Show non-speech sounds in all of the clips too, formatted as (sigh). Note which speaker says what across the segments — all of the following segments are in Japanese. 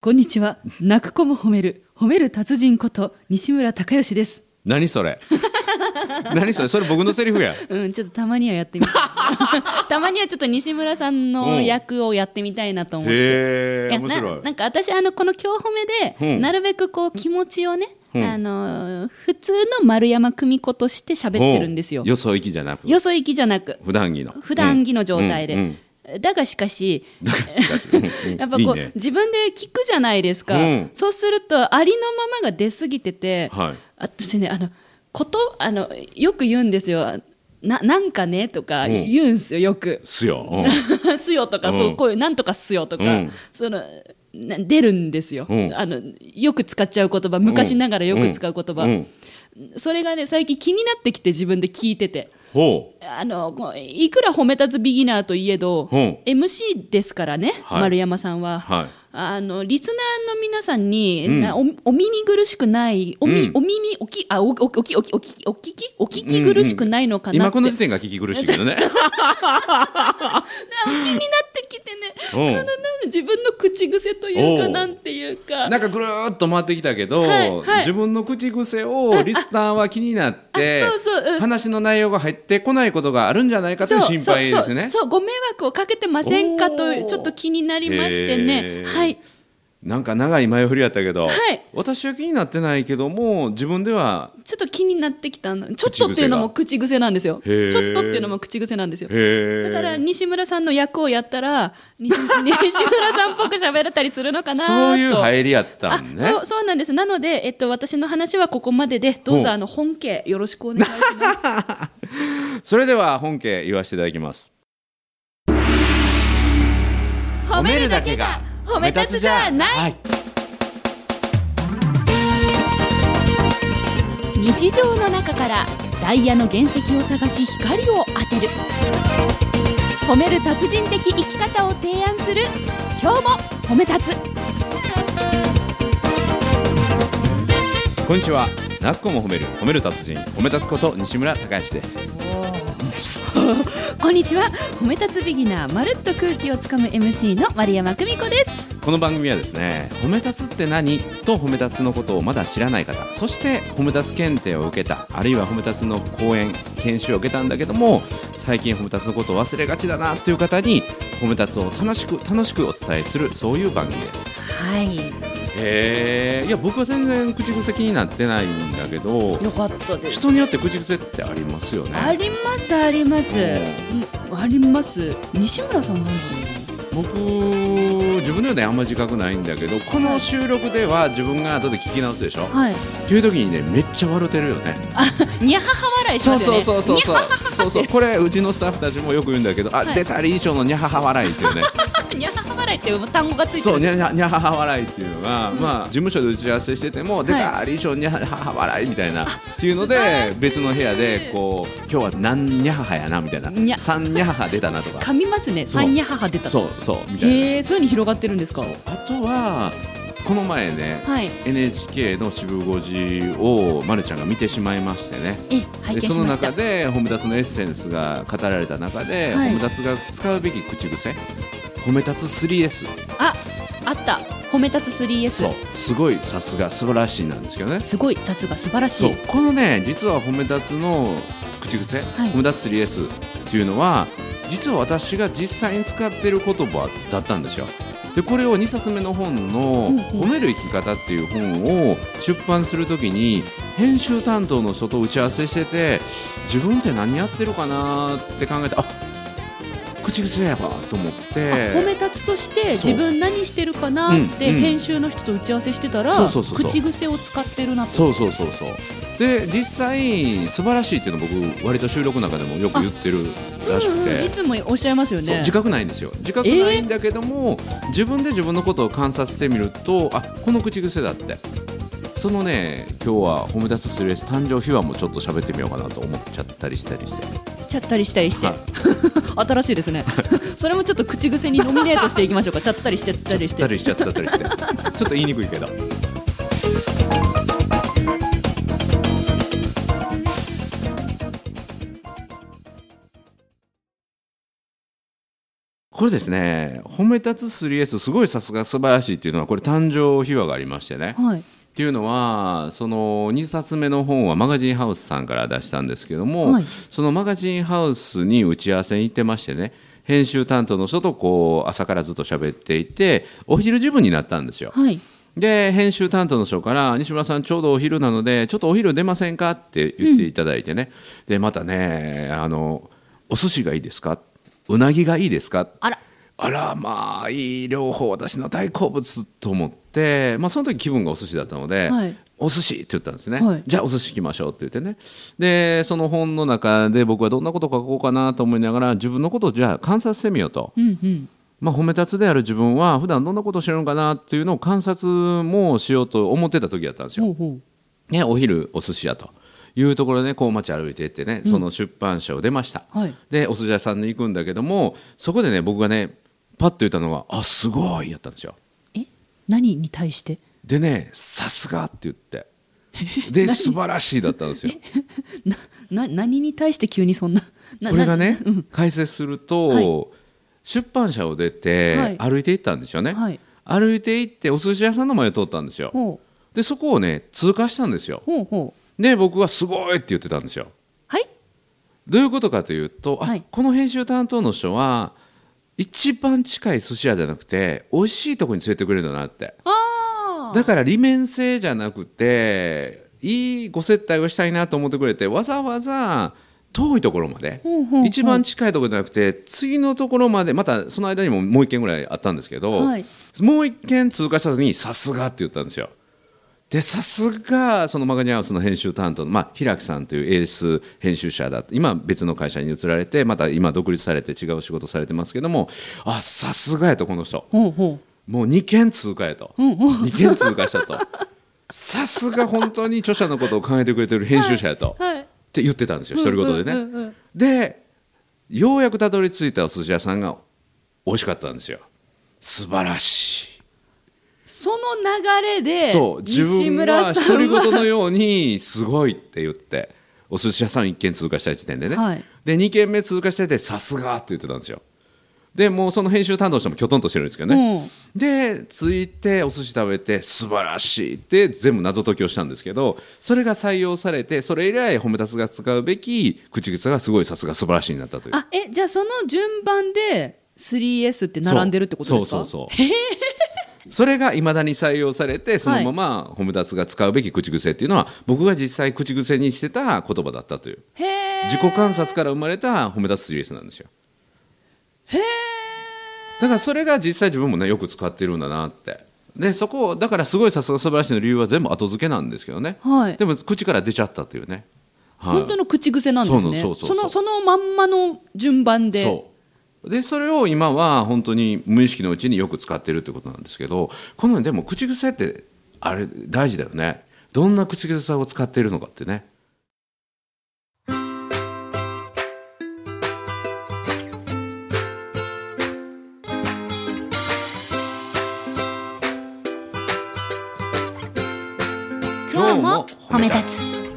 Speaker 1: こんにちは。泣く子も褒める、褒める達人こと西村孝義です。
Speaker 2: 何
Speaker 1: (laughs)
Speaker 2: それ何それそれ僕のセリフや
Speaker 1: うん、ちょっとたまにはや (laughs) ってみたい。たまにはちょっと西村さんの役をやってみたいなと思って。
Speaker 2: へ
Speaker 1: い
Speaker 2: え
Speaker 1: や
Speaker 2: 面
Speaker 1: な
Speaker 2: 白い
Speaker 1: なんか私あのこの今日褒めで、
Speaker 2: うん
Speaker 1: なるべくこう気持ちをね、
Speaker 2: うん
Speaker 1: あのー普通の丸山久美子として喋ってるんですよ
Speaker 2: う。よそ行きじゃなく
Speaker 1: よそ行きじゃなく
Speaker 2: 普段着の
Speaker 1: 普段着の状態で、
Speaker 2: うんうん
Speaker 1: だがしかし (laughs)
Speaker 2: うんうん
Speaker 1: やっぱこう
Speaker 2: いいね
Speaker 1: 自分で聞くじゃないですか、
Speaker 2: うん
Speaker 1: そうするとありのままが出過ぎてて、
Speaker 2: はい
Speaker 1: 私ねあのことあのよく言うんですよななんかねとか
Speaker 2: うん
Speaker 1: 言うんですよよく (laughs)
Speaker 2: すよ、うん
Speaker 1: すよとか、
Speaker 2: うん
Speaker 1: そうこういうなんとかすよとか、
Speaker 2: うん
Speaker 1: そのな出るんですよ、
Speaker 2: うん
Speaker 1: あのよく使っちゃう言葉昔ながらよく使う言葉、
Speaker 2: んん
Speaker 1: それがね最近気になってきて自分で聞いてて。
Speaker 2: ほ
Speaker 1: あのこういくら褒めたつビギナーといえど、
Speaker 2: うん
Speaker 1: MC ですからね、
Speaker 2: はい
Speaker 1: 丸山さんは、
Speaker 2: うはい
Speaker 1: あのリスナーの皆さんに、
Speaker 2: うん
Speaker 1: なおお耳苦しくないお,、み
Speaker 2: うん
Speaker 1: お耳おきあおおおきおきおきお聞きお聞き苦しくないのかな
Speaker 2: 今
Speaker 1: って、
Speaker 2: この時点が聞き苦しいけ
Speaker 1: (laughs)
Speaker 2: どね (laughs)
Speaker 1: あ気になってきてね、
Speaker 2: うん
Speaker 1: ななな自分の口癖というか
Speaker 2: おう
Speaker 1: なんていうか
Speaker 2: なんかぐるーっと回ってきたけど、
Speaker 1: はいはい
Speaker 2: 自分の口癖をリスナーは気になって
Speaker 1: (laughs) あそうそううん
Speaker 2: 話の内容が入ってこないことがあるんじゃないかという心配ですね
Speaker 1: そうそうそうご迷惑をかけてませんか
Speaker 2: お
Speaker 1: と
Speaker 2: ー
Speaker 1: ちょっと気になりましてね
Speaker 2: へー
Speaker 1: はい
Speaker 2: なんか長い前振りやったけど、
Speaker 1: はい
Speaker 2: 私は気になってないけども自分では
Speaker 1: ちょっと気になってきたのちょっとっていうのも口癖なんですよち
Speaker 2: へ
Speaker 1: ょっ
Speaker 2: ー
Speaker 1: とっていうのも口癖なんですよ
Speaker 2: へ
Speaker 1: だ
Speaker 2: え
Speaker 1: から西村さんの役をやったらに西村さんっぽく喋れたりするのかなと
Speaker 2: そういう入りやった
Speaker 1: あ
Speaker 2: んね
Speaker 1: そうそうなんですなので、えっと、私の話はここまででどう
Speaker 2: ほう
Speaker 1: ぞあの本家よろしくお願いします
Speaker 2: それでは本家言わせていただきますはい
Speaker 1: 日常の中からダイヤの原石を探し光を当てる褒める達人的生き方を提案する今日も褒め立つ (laughs)
Speaker 2: こんにちはなっこも褒める褒める達人褒め立つこと西村孝之です
Speaker 1: こんにちは褒め立つビギナーまるっと空気をつかむ MC の丸山久美子です
Speaker 2: この番組はですね褒め立つって何と褒め立つのことをまだ知らない方そして褒め立つ検定を受けたあるいは褒め立つの講演研修を受けたんだけども最近褒め立つのことを忘れがちだなという方に褒め立つを楽しく楽しくお伝えするそういう番組です
Speaker 1: はい
Speaker 2: へえいや僕は全然口癖気になってないんだけど
Speaker 1: よかったで
Speaker 2: 人によって口癖ってありますよね
Speaker 1: ありますあります、うんあります西村さんなんだろ
Speaker 2: 僕自分のようにあんまり自覚ないんだけどこの収録では自分が後で聞き直すでしょ
Speaker 1: うなはい
Speaker 2: っていう時にねめっちゃ笑ってるよね
Speaker 1: にゃはは笑いし
Speaker 2: そ
Speaker 1: ま
Speaker 2: う
Speaker 1: すよ
Speaker 2: そう
Speaker 1: ね
Speaker 2: そうそうそうそうそうこれうちのスタッフたちもよく言うんだけどあ、
Speaker 1: はい
Speaker 2: 出たり衣装のニャハハ笑いっていう
Speaker 1: (laughs)
Speaker 2: ね
Speaker 1: にゃはは笑いっていう単語がついて
Speaker 2: そ
Speaker 1: る
Speaker 2: うニャニャニャハハ笑いっていうのが、
Speaker 1: うん
Speaker 2: まあ事務所で打ち合わせしてても出たり衣装のニャハハ笑いみたいなっていうの
Speaker 1: 素晴ら
Speaker 2: で
Speaker 1: しい
Speaker 2: 別の部屋でこう今日は何ニャハハやなみたいな
Speaker 1: にゃ
Speaker 2: 三ニャハハ出たなとか
Speaker 1: 噛みますね
Speaker 2: そう
Speaker 1: 三にゃはは出た
Speaker 2: そうそうみたいな
Speaker 1: へえそういうの広がってるんですか
Speaker 2: あとはこの前ね
Speaker 1: はい
Speaker 2: NHK の渋5時をまるちゃんが見てしまいましてね
Speaker 1: え拝
Speaker 2: で
Speaker 1: 見
Speaker 2: そ
Speaker 1: しま
Speaker 2: の
Speaker 1: し
Speaker 2: 中
Speaker 1: た
Speaker 2: でホムダツのエッセンスが語られた中で、
Speaker 1: はい
Speaker 2: ホムダツが使うべき口癖褒め立つ 3S
Speaker 1: ああった褒め立つ 3S
Speaker 2: そうすごいさすが素晴らしいなんですけどね
Speaker 1: すごいさすが素晴らし
Speaker 2: そう
Speaker 1: い
Speaker 2: このね実は褒め立つの口癖、
Speaker 1: はい
Speaker 2: 褒め立つ 3S っていうのは実は私が実際に使ってる言葉だったんですよでこれを2冊目の本の
Speaker 1: うんうん
Speaker 2: 「褒める生き方」っていう本を出版するときに編集担当の人と打ち合わせしてて自分って何やってるかなって考えてあ口癖やわと思っ
Speaker 1: あ褒
Speaker 2: て
Speaker 1: め立つとして
Speaker 2: そ
Speaker 1: 自
Speaker 2: う
Speaker 1: 分何してるかなって
Speaker 2: うんうん
Speaker 1: 編集の人と打ち合わせしてた
Speaker 2: そ
Speaker 1: ら
Speaker 2: うそうそうそう
Speaker 1: 口癖を使ってるなと
Speaker 2: そうそうそうそうで実際素晴らしいっていうの僕割と収録の中でもよく言ってるらしく
Speaker 1: うんうん
Speaker 2: て
Speaker 1: いつもおっしゃいますよ
Speaker 2: そう
Speaker 1: ね
Speaker 2: 自覚ないんですよ自覚ないんだけども、自分で自分のことを観察してみるとあこの口癖だってそのね今日は「褒め立つスレス誕生秘話」もちょっと喋ってみようかなと思っちゃったりしたりして
Speaker 1: ちゃったりしたりして、
Speaker 2: はい
Speaker 1: 新しいですねそれもちょっと口癖にノミネートしていきましょうかちゃったり
Speaker 2: (laughs)
Speaker 1: してったりし
Speaker 2: ちゃった
Speaker 1: て
Speaker 2: りしちゃったりしてちょっと言いにくいけどこれですね褒め立つ 3S すごいさすが素晴らしいっていうのはこれ誕生秘話がありましてね、
Speaker 1: はい
Speaker 2: っていうのはその2冊目の本はマガジンハウスさんから出したんですけども、
Speaker 1: はい
Speaker 2: そのマガジンハウスに打ち合わせに行ってましてね編集担当の人とこう朝からずっと喋っていてお昼時分になったんですよ。
Speaker 1: はい
Speaker 2: で編集担当の人から「西村さんちょうどお昼なのでちょっとお昼出ませんか?」って言っていただいてね、でまたねあの「お寿司がいいですか?」「うなぎがいいですか?」
Speaker 1: あら
Speaker 2: あらまあいい両方私の大好物と思って、まあ、その時気分がお寿司だったので、
Speaker 1: はい
Speaker 2: お寿司って言ったんですね、
Speaker 1: はい
Speaker 2: じゃあお寿司行きましょうって言ってねでその本の中で僕はどんなことを書こうかなと思いながら自分のことをじゃあ観察してみようと、
Speaker 1: うんうん
Speaker 2: まあ、褒め立つである自分は普段どんなことをしてるのかなっていうのを観察もしようと思ってた時だったんですよ。
Speaker 1: ほうほ
Speaker 2: ね、お昼お寿司屋というところで、ね、こう街歩いていってね、その出版社を出ました、
Speaker 1: うはい
Speaker 2: でお寿司屋さんに行くんだけどもそこでね僕がねパッと言ったのが「あすごい!」やったんですよ
Speaker 1: え何に対して
Speaker 2: でね「さすが!」って言って
Speaker 1: (laughs)
Speaker 2: で素晴らしいだったんですよ
Speaker 1: なな何に対して急にそんなな
Speaker 2: これがね
Speaker 1: な
Speaker 2: 解説すると、
Speaker 1: はい
Speaker 2: 出版社を出
Speaker 1: は
Speaker 2: て
Speaker 1: い
Speaker 2: 歩いていったんですよね、
Speaker 1: はい
Speaker 2: 歩いていってお寿司屋さんの前を通ったんですよ
Speaker 1: ほう
Speaker 2: でそこをね通過したんですよ
Speaker 1: ほうほう
Speaker 2: で僕は「すごい!」って言ってたんですよ
Speaker 1: はい
Speaker 2: どういうことかというと、あ
Speaker 1: はい
Speaker 2: この編集担当の人は一番近い寿司屋じゃなくて美味しいとこに連れてくれるんだなって
Speaker 1: あ
Speaker 2: だから利面性じゃなくていいご接待をしたいなと思ってくれてわざわざ遠いところまで
Speaker 1: ほうほうほう
Speaker 2: 一番近いところじゃなくて次のところまでまたその間にももう一軒ぐらいあったんですけど、
Speaker 1: はい
Speaker 2: もう一軒通過した時に「さすが」って言ったんですよ。でさすがそのマガジンハウスの編集担当の、まあ、平木さんというエース編集者だ今別の会社に移られてまた今独立されて違う仕事されてますけどもあさすがやとこの人
Speaker 1: ほうほ
Speaker 2: もう2件通過やと、
Speaker 1: うんうん
Speaker 2: 2件通過したとさすが本当に著者のことを考えてくれてる編集者やと、
Speaker 1: うはい
Speaker 2: って言ってたんですよ独り言でね、
Speaker 1: うんうんうん
Speaker 2: でようやくたどり着いたお寿司屋さんが美味しかったんですよ素晴らし
Speaker 1: その流れ
Speaker 2: い、
Speaker 1: で
Speaker 2: そう自
Speaker 1: 西
Speaker 2: 分
Speaker 1: 村
Speaker 2: は
Speaker 1: さ
Speaker 2: 独り
Speaker 1: んは
Speaker 2: 言のようにすごいって言ってお寿司屋さん1軒通過した時点でね、
Speaker 1: はい
Speaker 2: で2軒目通過しててさすがって言ってたんですよでもうその編集担当の人もきょとんとしてるんですけどね、で着いてお寿司食べて素晴らしいって全部謎解きをしたんですけどそれが採用されてそれ以来褒め立つが使うべき口癖がすごいさすが素晴らしいになったという
Speaker 1: うん、あえじゃあその順番で 3S って並んでるってことですか
Speaker 2: そうそうそうそう (laughs) それがいまだに採用されてそのまま褒め立つが使うべき口癖っていうのは僕が実際口癖にしてた言葉だったという
Speaker 1: へえ
Speaker 2: 自己観察から生まれた褒め立つ 3S なんですよだからそれが実際自分もねよく使ってるんだなってでそこをだからすごいさすが素晴らしいの理由は全部後付けなんですけどね、
Speaker 1: はい
Speaker 2: でも口から出ちゃったというね、はい
Speaker 1: 本当の口癖なんですね
Speaker 2: そうそうそうそう
Speaker 1: のそのまんまの順番で
Speaker 2: そうでそれを今は本当に無意識のうちによく使ってるってことなんですけどこのでも口癖ってあれ大事だよねどんな口癖を使っているのかってね今日も褒め立
Speaker 1: つ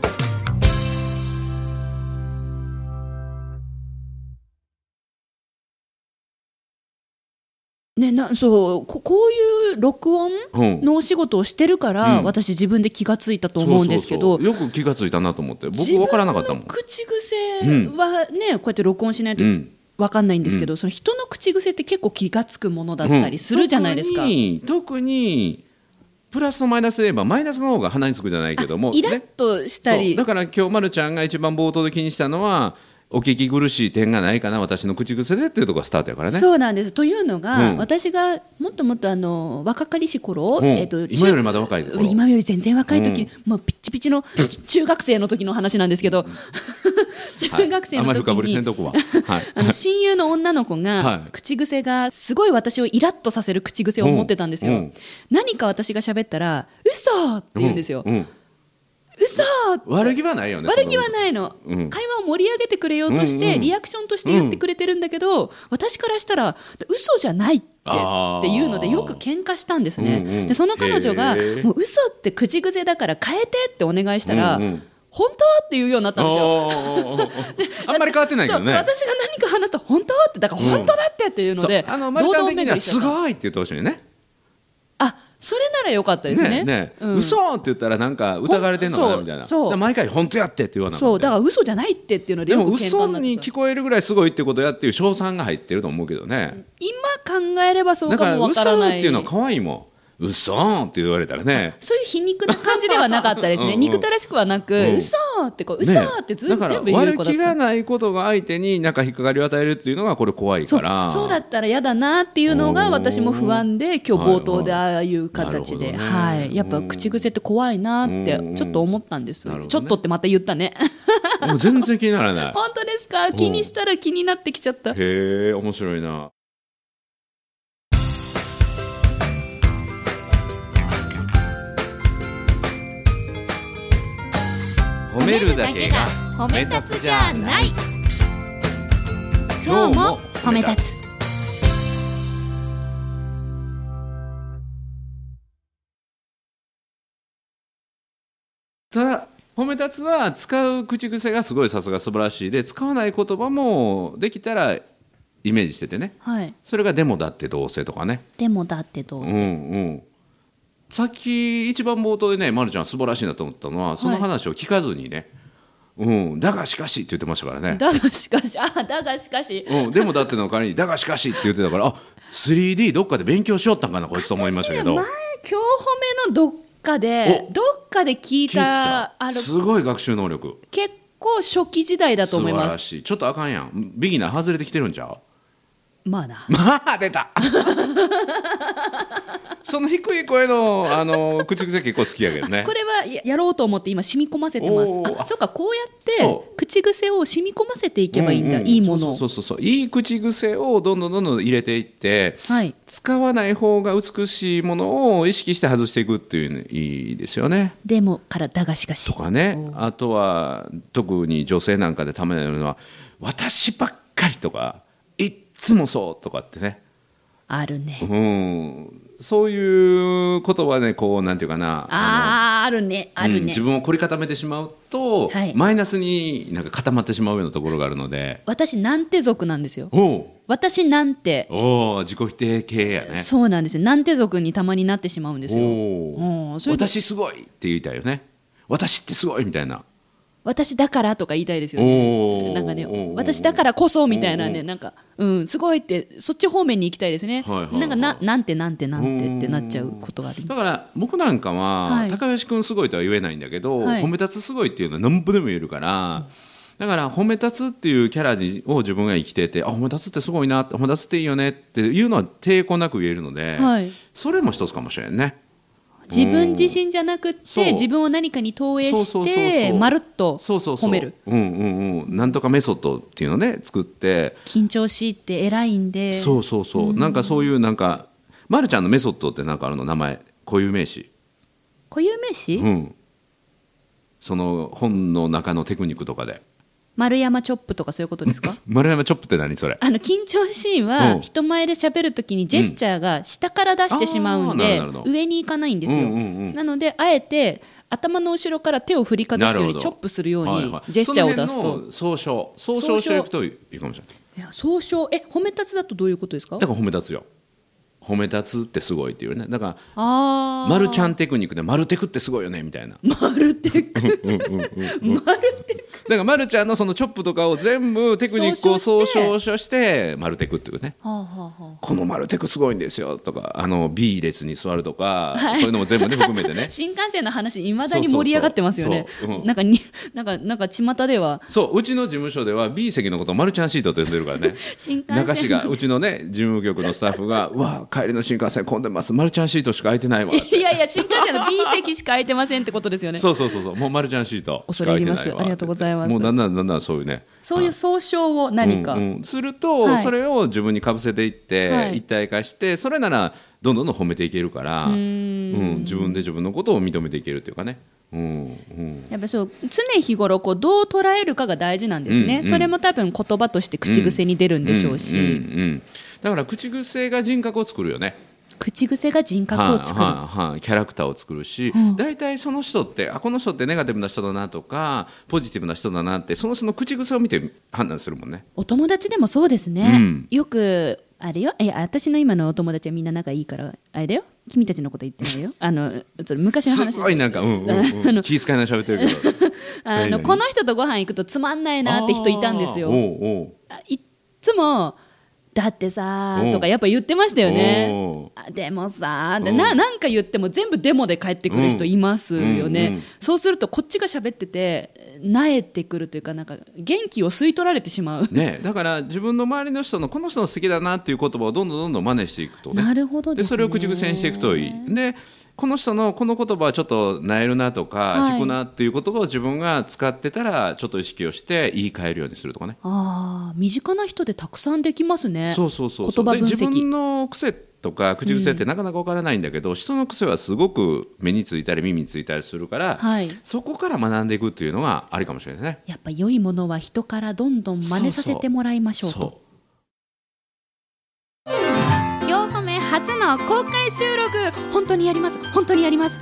Speaker 1: ねなそうここういう録音
Speaker 2: うん
Speaker 1: のお仕事をしてるから、
Speaker 2: うん
Speaker 1: 私自分で気がついたと思うんですけど
Speaker 2: そうそうそうよく気がついたなと思って僕分からなかったもん
Speaker 1: 自分の口癖はね、こうやって録音しないと
Speaker 2: うん
Speaker 1: 分かんないんですけど、その人の口癖って結構気がつくものだったりするじゃないですか。
Speaker 2: うん特に特にプラスとマイナスで言えばマイナスの方が鼻につくじゃないけども
Speaker 1: イラッ
Speaker 2: ね
Speaker 1: とした
Speaker 2: そ
Speaker 1: り、
Speaker 2: うだから今日まるちゃんが一番冒頭で気にしたのはお聞き苦しい点がないかな私の口癖でっていうところがスタートやからね
Speaker 1: そうなんですというのが、
Speaker 2: うん
Speaker 1: 私がもっともっとあの若かりし頃、
Speaker 2: うん
Speaker 1: えっと
Speaker 2: 今よりまだ若い頃
Speaker 1: 今より全然若い時、もうピッチピチ
Speaker 2: (laughs)
Speaker 1: のち中学生の時の話なんですけど
Speaker 2: はい
Speaker 1: (laughs) 中学生
Speaker 2: あん
Speaker 1: の
Speaker 2: まり深
Speaker 1: 時
Speaker 2: 掘りせん
Speaker 1: に。
Speaker 2: とこは、はい、
Speaker 1: (laughs) あの親友の女の子
Speaker 2: は
Speaker 1: が
Speaker 2: い
Speaker 1: 口癖がすごい私をイラッとさせる口癖を持ってたんですよ、
Speaker 2: うんうん
Speaker 1: 何か私が喋ったら「嘘って言うんですよ「
Speaker 2: ううん
Speaker 1: 嘘って
Speaker 2: 悪気はないよね
Speaker 1: 悪気は
Speaker 2: そ
Speaker 1: ないの、
Speaker 2: うん
Speaker 1: 会話を盛り上げてくれようとして、
Speaker 2: うんうん
Speaker 1: リアクションとして言ってくれてるんだけど、私からしたら嘘じゃないって
Speaker 2: あー
Speaker 1: っていうのでよく喧嘩したんですね、
Speaker 2: うんうん
Speaker 1: でその彼女が
Speaker 2: へー
Speaker 1: もう嘘って口癖だから変えてってお願いしたら、
Speaker 2: うんうん
Speaker 1: 本当って言うようになったんですよ。
Speaker 2: おーおーおーおーあんまり変わってないけ
Speaker 1: そ
Speaker 2: ど
Speaker 1: う
Speaker 2: ね。
Speaker 1: 私が何か話すと本当ってだから本当だってっていうので、
Speaker 2: そうあの、まるちゃん的には、す
Speaker 1: い
Speaker 2: ごいって言ってほしいね。
Speaker 1: あそれならよかったですね
Speaker 2: ねね、
Speaker 1: うん
Speaker 2: 嘘って言ったら、なんか疑われてんのかなみたい
Speaker 1: そ
Speaker 2: な。
Speaker 1: うそう
Speaker 2: だから毎回、本当やってって言わない
Speaker 1: そうだから嘘じゃないってっていうので
Speaker 2: で
Speaker 1: よ
Speaker 2: も
Speaker 1: く喧嘩
Speaker 2: 嘘
Speaker 1: になって
Speaker 2: に
Speaker 1: た
Speaker 2: 聞こえるぐらいすごいってことやっていう称賛が入ってると思うけどね、
Speaker 1: 今考えればそう
Speaker 2: だか
Speaker 1: からもわから
Speaker 2: 嘘っ
Speaker 1: な
Speaker 2: て
Speaker 1: い
Speaker 2: いうのは可愛いもん嘘って言われたらね
Speaker 1: そういう皮肉な感じではなかったですね
Speaker 2: (laughs) うんうん
Speaker 1: 憎たらしくはなく、
Speaker 2: うん
Speaker 1: 嘘ってこう
Speaker 2: ね
Speaker 1: 嘘ってず、
Speaker 2: だから
Speaker 1: 全部言う
Speaker 2: 悪
Speaker 1: 子だっ
Speaker 2: 気
Speaker 1: た
Speaker 2: がないことが相手になんか引っかかりを与えるっていうのがこれ怖い
Speaker 1: そ
Speaker 2: か
Speaker 1: う
Speaker 2: ら
Speaker 1: そうだったら嫌だなっていうのが私も不安で今日冒頭でああいう形で、
Speaker 2: はいはい
Speaker 1: はい
Speaker 2: なるほどね
Speaker 1: やっぱ口癖って怖いなって
Speaker 2: うん
Speaker 1: ちょっと思ったんです、
Speaker 2: なるほ
Speaker 1: ちょ
Speaker 2: ど
Speaker 1: っ
Speaker 2: ね
Speaker 1: とってまた言った
Speaker 2: (laughs)
Speaker 1: ね
Speaker 2: もう全然気になら
Speaker 1: (laughs)
Speaker 2: ない
Speaker 1: 本当ですか気にしたら気になってきちゃった
Speaker 2: へえ面白いな褒めるだけが
Speaker 3: 褒
Speaker 2: め立つじゃない
Speaker 3: 今日も褒め立つ
Speaker 2: ただ褒め立つは使う口癖がすごいさすが素晴らしいで使わない言葉もできたらイメージしててね
Speaker 1: はい
Speaker 2: それが「でもだってどうせ」とかね
Speaker 1: でもだってどう
Speaker 2: う
Speaker 1: せ、
Speaker 2: んうんさっき一番冒頭でね、ま、るちゃん素晴らしいなと思ったのはその話を聞かずにね「うん、だがしかし」って言ってましたからね
Speaker 1: (laughs) だがしかしあだがしかし
Speaker 2: うん、でもだっての代わりに「だがしかし」って言ってたからあ 3D どっかで勉強しよったんかなこいつと思いましたけど
Speaker 1: 前今日褒めのどっかで
Speaker 2: お
Speaker 1: どっかで聞い
Speaker 2: 聞いて
Speaker 1: た
Speaker 2: た
Speaker 1: あの
Speaker 2: すごい学習能力
Speaker 1: 結構初期時代だと
Speaker 2: 素
Speaker 1: 思い
Speaker 2: 晴
Speaker 1: ま
Speaker 2: ら
Speaker 1: す
Speaker 2: しいちょっとあかんやんビギナー外れてきてるんちゃう
Speaker 1: まあな
Speaker 2: まあ出た (laughs) その低い声のあの口癖結構好きやけどね
Speaker 1: これはややろうと思って今染み込ませてます
Speaker 2: おー
Speaker 1: あそうかこうや
Speaker 2: そ
Speaker 1: って口癖を染み込ませていけばいいんだ、
Speaker 2: うう
Speaker 1: いいものを
Speaker 2: そうそうそうそういい口癖をどんどんどんどん入れていって
Speaker 1: はい
Speaker 2: 使わない方が美しいものを意識して外していくっていうのいいですよね
Speaker 1: でもからだがしかし
Speaker 2: とかねあとは特に女性なんかでためるのは「私ばっかり」とか「いっつもそう」とかってね
Speaker 1: あるね
Speaker 2: うんそういうことはねこうなんていうかな
Speaker 1: あーあるねあ
Speaker 2: う
Speaker 1: る
Speaker 2: ん
Speaker 1: ね、
Speaker 2: 自分を凝り固めてしまうと、
Speaker 1: はい
Speaker 2: マイナスになんか固まってしまうようなところがあるので
Speaker 1: 私なんて族なんですよ
Speaker 2: おう
Speaker 1: 私なんて
Speaker 2: おう自己否定系やね
Speaker 1: そうなんですよなんて族にたまになってしまうんですよ
Speaker 2: お
Speaker 1: う
Speaker 2: うん
Speaker 1: それで
Speaker 2: 私すごいって言いたいよね私ってすごいみたいな
Speaker 1: 私だからとか言いたいですよね
Speaker 2: おー
Speaker 1: なんかね
Speaker 2: おー
Speaker 1: 私だからこそみたいな
Speaker 2: おー
Speaker 1: ね
Speaker 2: おー
Speaker 1: なんかうんすごいってそっち方面に行きたいですね、
Speaker 2: はいはいはい
Speaker 1: なんかななんてなんてなんてってなっちゃうことがあります
Speaker 2: だから僕なんかは、
Speaker 1: はい
Speaker 2: 高吉君すごいとは言えないんだけど、
Speaker 1: はい
Speaker 2: 褒め立つすごいっていうのは何ぼでも言えるから、だから褒め立つっていうキャラにを自分が生きててあ褒め立つってすごいな褒め立つっていいよねっていうのは抵抗なく言えるので、
Speaker 1: はい
Speaker 2: それも一つかもしれんね。
Speaker 1: 自分自身じゃなくっ
Speaker 2: そう
Speaker 1: て自分を何かに投影
Speaker 2: そう
Speaker 1: し
Speaker 2: そうそう
Speaker 1: て
Speaker 2: そう
Speaker 1: まるっと
Speaker 2: そうそうそう
Speaker 1: 褒める
Speaker 2: うんうんうん、なんとかメソッドっていうのね作って、
Speaker 1: 緊張しいって偉いんで
Speaker 2: そうそうそう、なんかそういうなんか、ま、るちゃんのメソッドってなんかあるの名前固有名詞、
Speaker 1: 固有名詞、
Speaker 2: うん、その本の中のテクニックとかで
Speaker 1: 丸山チョップとかそういうことですか
Speaker 2: 丸山チョップって何それ
Speaker 1: あの緊張シーンは
Speaker 2: うん
Speaker 1: 人前で喋るときにジェスチャーが下から出してしまうん
Speaker 2: あーな
Speaker 1: で、
Speaker 2: るほどなるほど
Speaker 1: 上に行かないんですよ、
Speaker 2: うんうんうん
Speaker 1: なのであえて頭の後ろから手を振りかざすよりチョップするようにジェスチャーを出すと、
Speaker 2: はい
Speaker 1: い
Speaker 2: はい、その辺の総称総称していくといいかもしれない
Speaker 1: や総称え褒め立つだとどういうことですか
Speaker 2: だから褒め立つよ褒め立つってすごいっていうねだか
Speaker 1: あ
Speaker 2: ら
Speaker 1: あ
Speaker 2: マルちゃんテクニックでマルテクってすごいよねみたいな
Speaker 1: マルテ
Speaker 2: (laughs)
Speaker 1: クマルテク
Speaker 2: だからマルちゃんのそのチョップとかを全部テクニックを
Speaker 1: 総
Speaker 2: 総
Speaker 1: 称して
Speaker 2: 称してマルテクっていうね
Speaker 1: はあはあはあ
Speaker 2: このマルテクすごいんですよとかあの B 列に座るとか、そういうのも全部ね含めてね
Speaker 1: (laughs) 新幹線の話いまだに盛り上がってますよね
Speaker 2: そうそうそううん
Speaker 1: なんかになんかなんか巷では
Speaker 2: そううちの事務所では B 席のことをマルちゃんシートと呼んでるからね
Speaker 1: 新幹線
Speaker 2: 中志がうちのね事務局のスタッフが「うわあ帰りの新幹線混んでますマルちゃんシートしか空いてない
Speaker 1: (laughs)
Speaker 2: わ」
Speaker 1: いやいや新幹線の B 席しか空いてませんってことですよねそう
Speaker 2: そうそうそうそうもうマルちゃんシートし
Speaker 1: 恐
Speaker 2: か
Speaker 1: れ
Speaker 2: 空
Speaker 1: 入
Speaker 2: い
Speaker 1: り
Speaker 2: て
Speaker 1: ます
Speaker 2: ないわ
Speaker 1: ありがとうございます
Speaker 2: もうだんだんだんだんそういうね
Speaker 1: いう総称を何か、
Speaker 2: うんうんすると、
Speaker 1: はい
Speaker 2: それを自分にかぶせていって、
Speaker 1: はい
Speaker 2: 一体化してそれならどんどんどん褒めていけるからうん自分で自分のことを認めていけるっていうかね、うんうん、
Speaker 1: やっぱそう常日頃こうどう捉えるかが大事なんですね、
Speaker 2: うんうん
Speaker 1: それも多分言葉として口癖に出るんでしょうし、
Speaker 2: んんんだから口癖が人格を作るよね
Speaker 1: 口癖が人格を作る、
Speaker 2: はいはいはい、キャラクターを作るし、
Speaker 1: うん
Speaker 2: 大体その人ってあこの人ってネガティブな人だなとかポジティブな人だなってその人の口癖を見て判断するもんね。
Speaker 1: お友達でもそうですね、
Speaker 2: うん
Speaker 1: よくあれよいや私の今のお友達はみんな仲いいからあれだよ君たちのこと言ってないよあのそれ昔の
Speaker 2: す
Speaker 1: 話
Speaker 2: ごいなんか、う
Speaker 1: (laughs)
Speaker 2: んうんうん、気遣いな喋ってるけど
Speaker 1: あの
Speaker 2: 何
Speaker 1: この人とご飯行くとつまんない (laughs) なって人いたんです
Speaker 2: あー
Speaker 1: よ
Speaker 2: おうおう
Speaker 1: あいっつも「だってさ
Speaker 2: う」ん
Speaker 1: とかやっぱ言ってましたよ
Speaker 2: おう
Speaker 1: ねあでもさ
Speaker 2: ん
Speaker 1: でななんか言っても全部デモで帰ってくる人いますよね、
Speaker 2: うんうんうん
Speaker 1: そうするとこっちが喋っててなえてくるというかなんか元気を吸い取られてしまう、
Speaker 2: ね、だから自分の周りの人のこの人の好きだなっていう言葉をどんどんどんどん真似していくとね
Speaker 1: なるほどで
Speaker 2: で
Speaker 1: す、ね、
Speaker 2: それを口癖にしていくといい。でこの人のこの言葉はちょっとなえるなとか、
Speaker 1: はい
Speaker 2: 引くなっていう言葉を自分が使ってたらちょっと意識をして言い換えるようにするとかね。
Speaker 1: ああ身近な人でたくさんできますね
Speaker 2: そうそうそうそう
Speaker 1: 言葉分
Speaker 2: で
Speaker 1: 析
Speaker 2: 自分の癖とか口癖ってなかなか分からないんだけど、人の癖はすごく目についたり耳についたりするから、
Speaker 1: はい
Speaker 2: そこから学んでいくっていうのがありかもしれないね。
Speaker 1: やっぱ良いものは人からどんどん真似させてもらいましょうと
Speaker 2: そ
Speaker 1: 今日褒め初の公開収録本当にやります本当にやります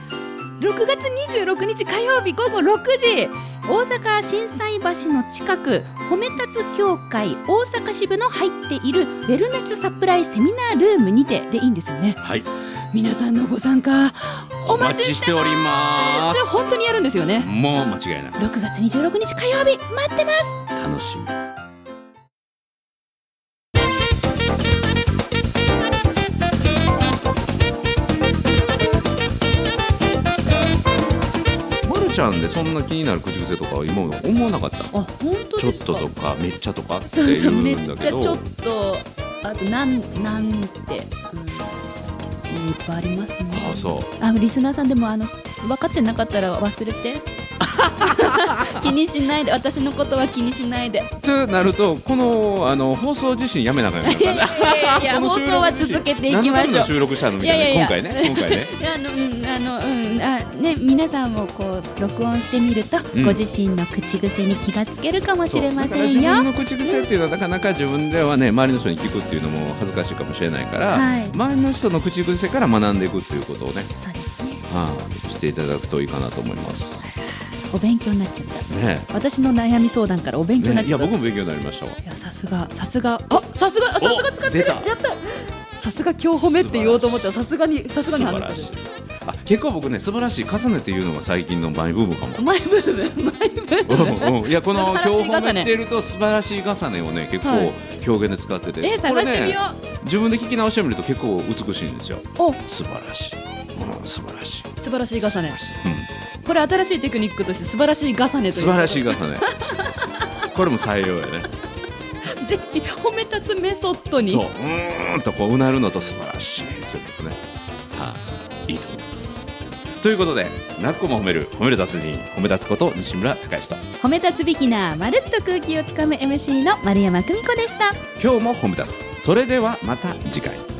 Speaker 1: 6月26日火曜日午後6時大阪震災橋の近く褒め立つ協会大阪支部の入っているウェルネスサプライセミナールームにてでいいんですよね
Speaker 2: うはい
Speaker 1: 皆さんのご参加お待ちして
Speaker 2: おりま
Speaker 1: ます本当にやるんですよね
Speaker 2: もう間違いない
Speaker 1: 6月26日火曜日待ってます
Speaker 2: 楽しみまるちゃんでそんな気になる口癖とか今まで思わなかった
Speaker 1: あ本当
Speaker 2: ちょ
Speaker 1: で
Speaker 2: っ
Speaker 1: すか
Speaker 2: ととかめっちゃとかって
Speaker 1: そう
Speaker 2: い
Speaker 1: そうめっ
Speaker 2: うんだ
Speaker 1: ち
Speaker 2: け
Speaker 1: ゃ
Speaker 2: ど
Speaker 1: ちょっとあとなんなんて、うん、いっぱいありますね
Speaker 2: あそう
Speaker 1: あリスナーさんでもあの分かってなかったら忘れ
Speaker 2: (laughs)
Speaker 1: て気にしないで私のことは気にしない
Speaker 2: (laughs)
Speaker 1: で
Speaker 2: となるとこのあの放送自身やめなあかんよ
Speaker 1: いやいやい (laughs) やいや
Speaker 2: (laughs) この
Speaker 1: 放
Speaker 2: 収
Speaker 1: 送
Speaker 2: 録
Speaker 1: は
Speaker 2: 自身
Speaker 1: 続けていきまし
Speaker 2: 何の
Speaker 1: たょう
Speaker 2: めの収録したのみたい
Speaker 1: い
Speaker 2: な
Speaker 1: やいやいや
Speaker 2: 今回ね今回ね
Speaker 1: いやあの、うん、あの、うん、あ、ね、皆さんもこう録音してみると、
Speaker 2: うん
Speaker 1: ご自身の口癖に気がつけるかもしれませ
Speaker 2: そ
Speaker 1: ん
Speaker 2: うだから
Speaker 1: よ。
Speaker 2: 自分の口癖っていうのはなかなか自分ではね周りの人に聞くっていうのも恥ずかしいかもしれないから、
Speaker 1: はい
Speaker 2: 周りの人の口癖から学んでいくっていうことをね、
Speaker 1: そうですね。
Speaker 2: はいしていただくといいかなと思います。
Speaker 1: お勉強になっちゃった。
Speaker 2: ね
Speaker 1: 私の悩み相談からお勉強になっ
Speaker 2: ねい
Speaker 1: ちゃ
Speaker 2: や
Speaker 1: った。
Speaker 2: 僕も勉強になりましたわ。
Speaker 1: いやさすがさすがあさすがあさすが使ってる
Speaker 2: 出た
Speaker 1: やったさすが今日褒めって言おうと思ったらさすがにさす
Speaker 2: 素
Speaker 1: がに
Speaker 2: 晴
Speaker 1: 話
Speaker 2: ら
Speaker 1: し
Speaker 2: しい
Speaker 1: てる。
Speaker 2: あ結構僕ね素晴らしい重ねて言うのが最近のマイブームかも。
Speaker 1: マイブームマイブ
Speaker 2: う
Speaker 1: ーム
Speaker 2: んうんいやこの
Speaker 1: 素晴らしい重ね
Speaker 2: 標本が来ていると素晴らしい重ねをね結
Speaker 1: は
Speaker 2: 構表現で使ってて、
Speaker 1: え探してみよ
Speaker 2: これね自分で聞き直してみると結構美しいんですよ
Speaker 1: うお
Speaker 2: 素晴らしい、うん、素晴らしい、
Speaker 1: 素晴らしい重ね
Speaker 2: うん、
Speaker 1: これ新しいテクニックとして素晴らしい重ねという
Speaker 2: 素晴らしい
Speaker 1: い
Speaker 2: 重ねこれも採用やね
Speaker 1: ぜひ褒め立つメソッドに
Speaker 2: そううーんとこううなるのと素晴らしいということねはいいいと思いますということで「なっこも褒める褒める達人褒め立つこと西村孝之と
Speaker 1: 褒め立つビギナーまるっと空気をつかむ MC の丸山久美子でした
Speaker 2: 今日も褒め立つそれではまた次回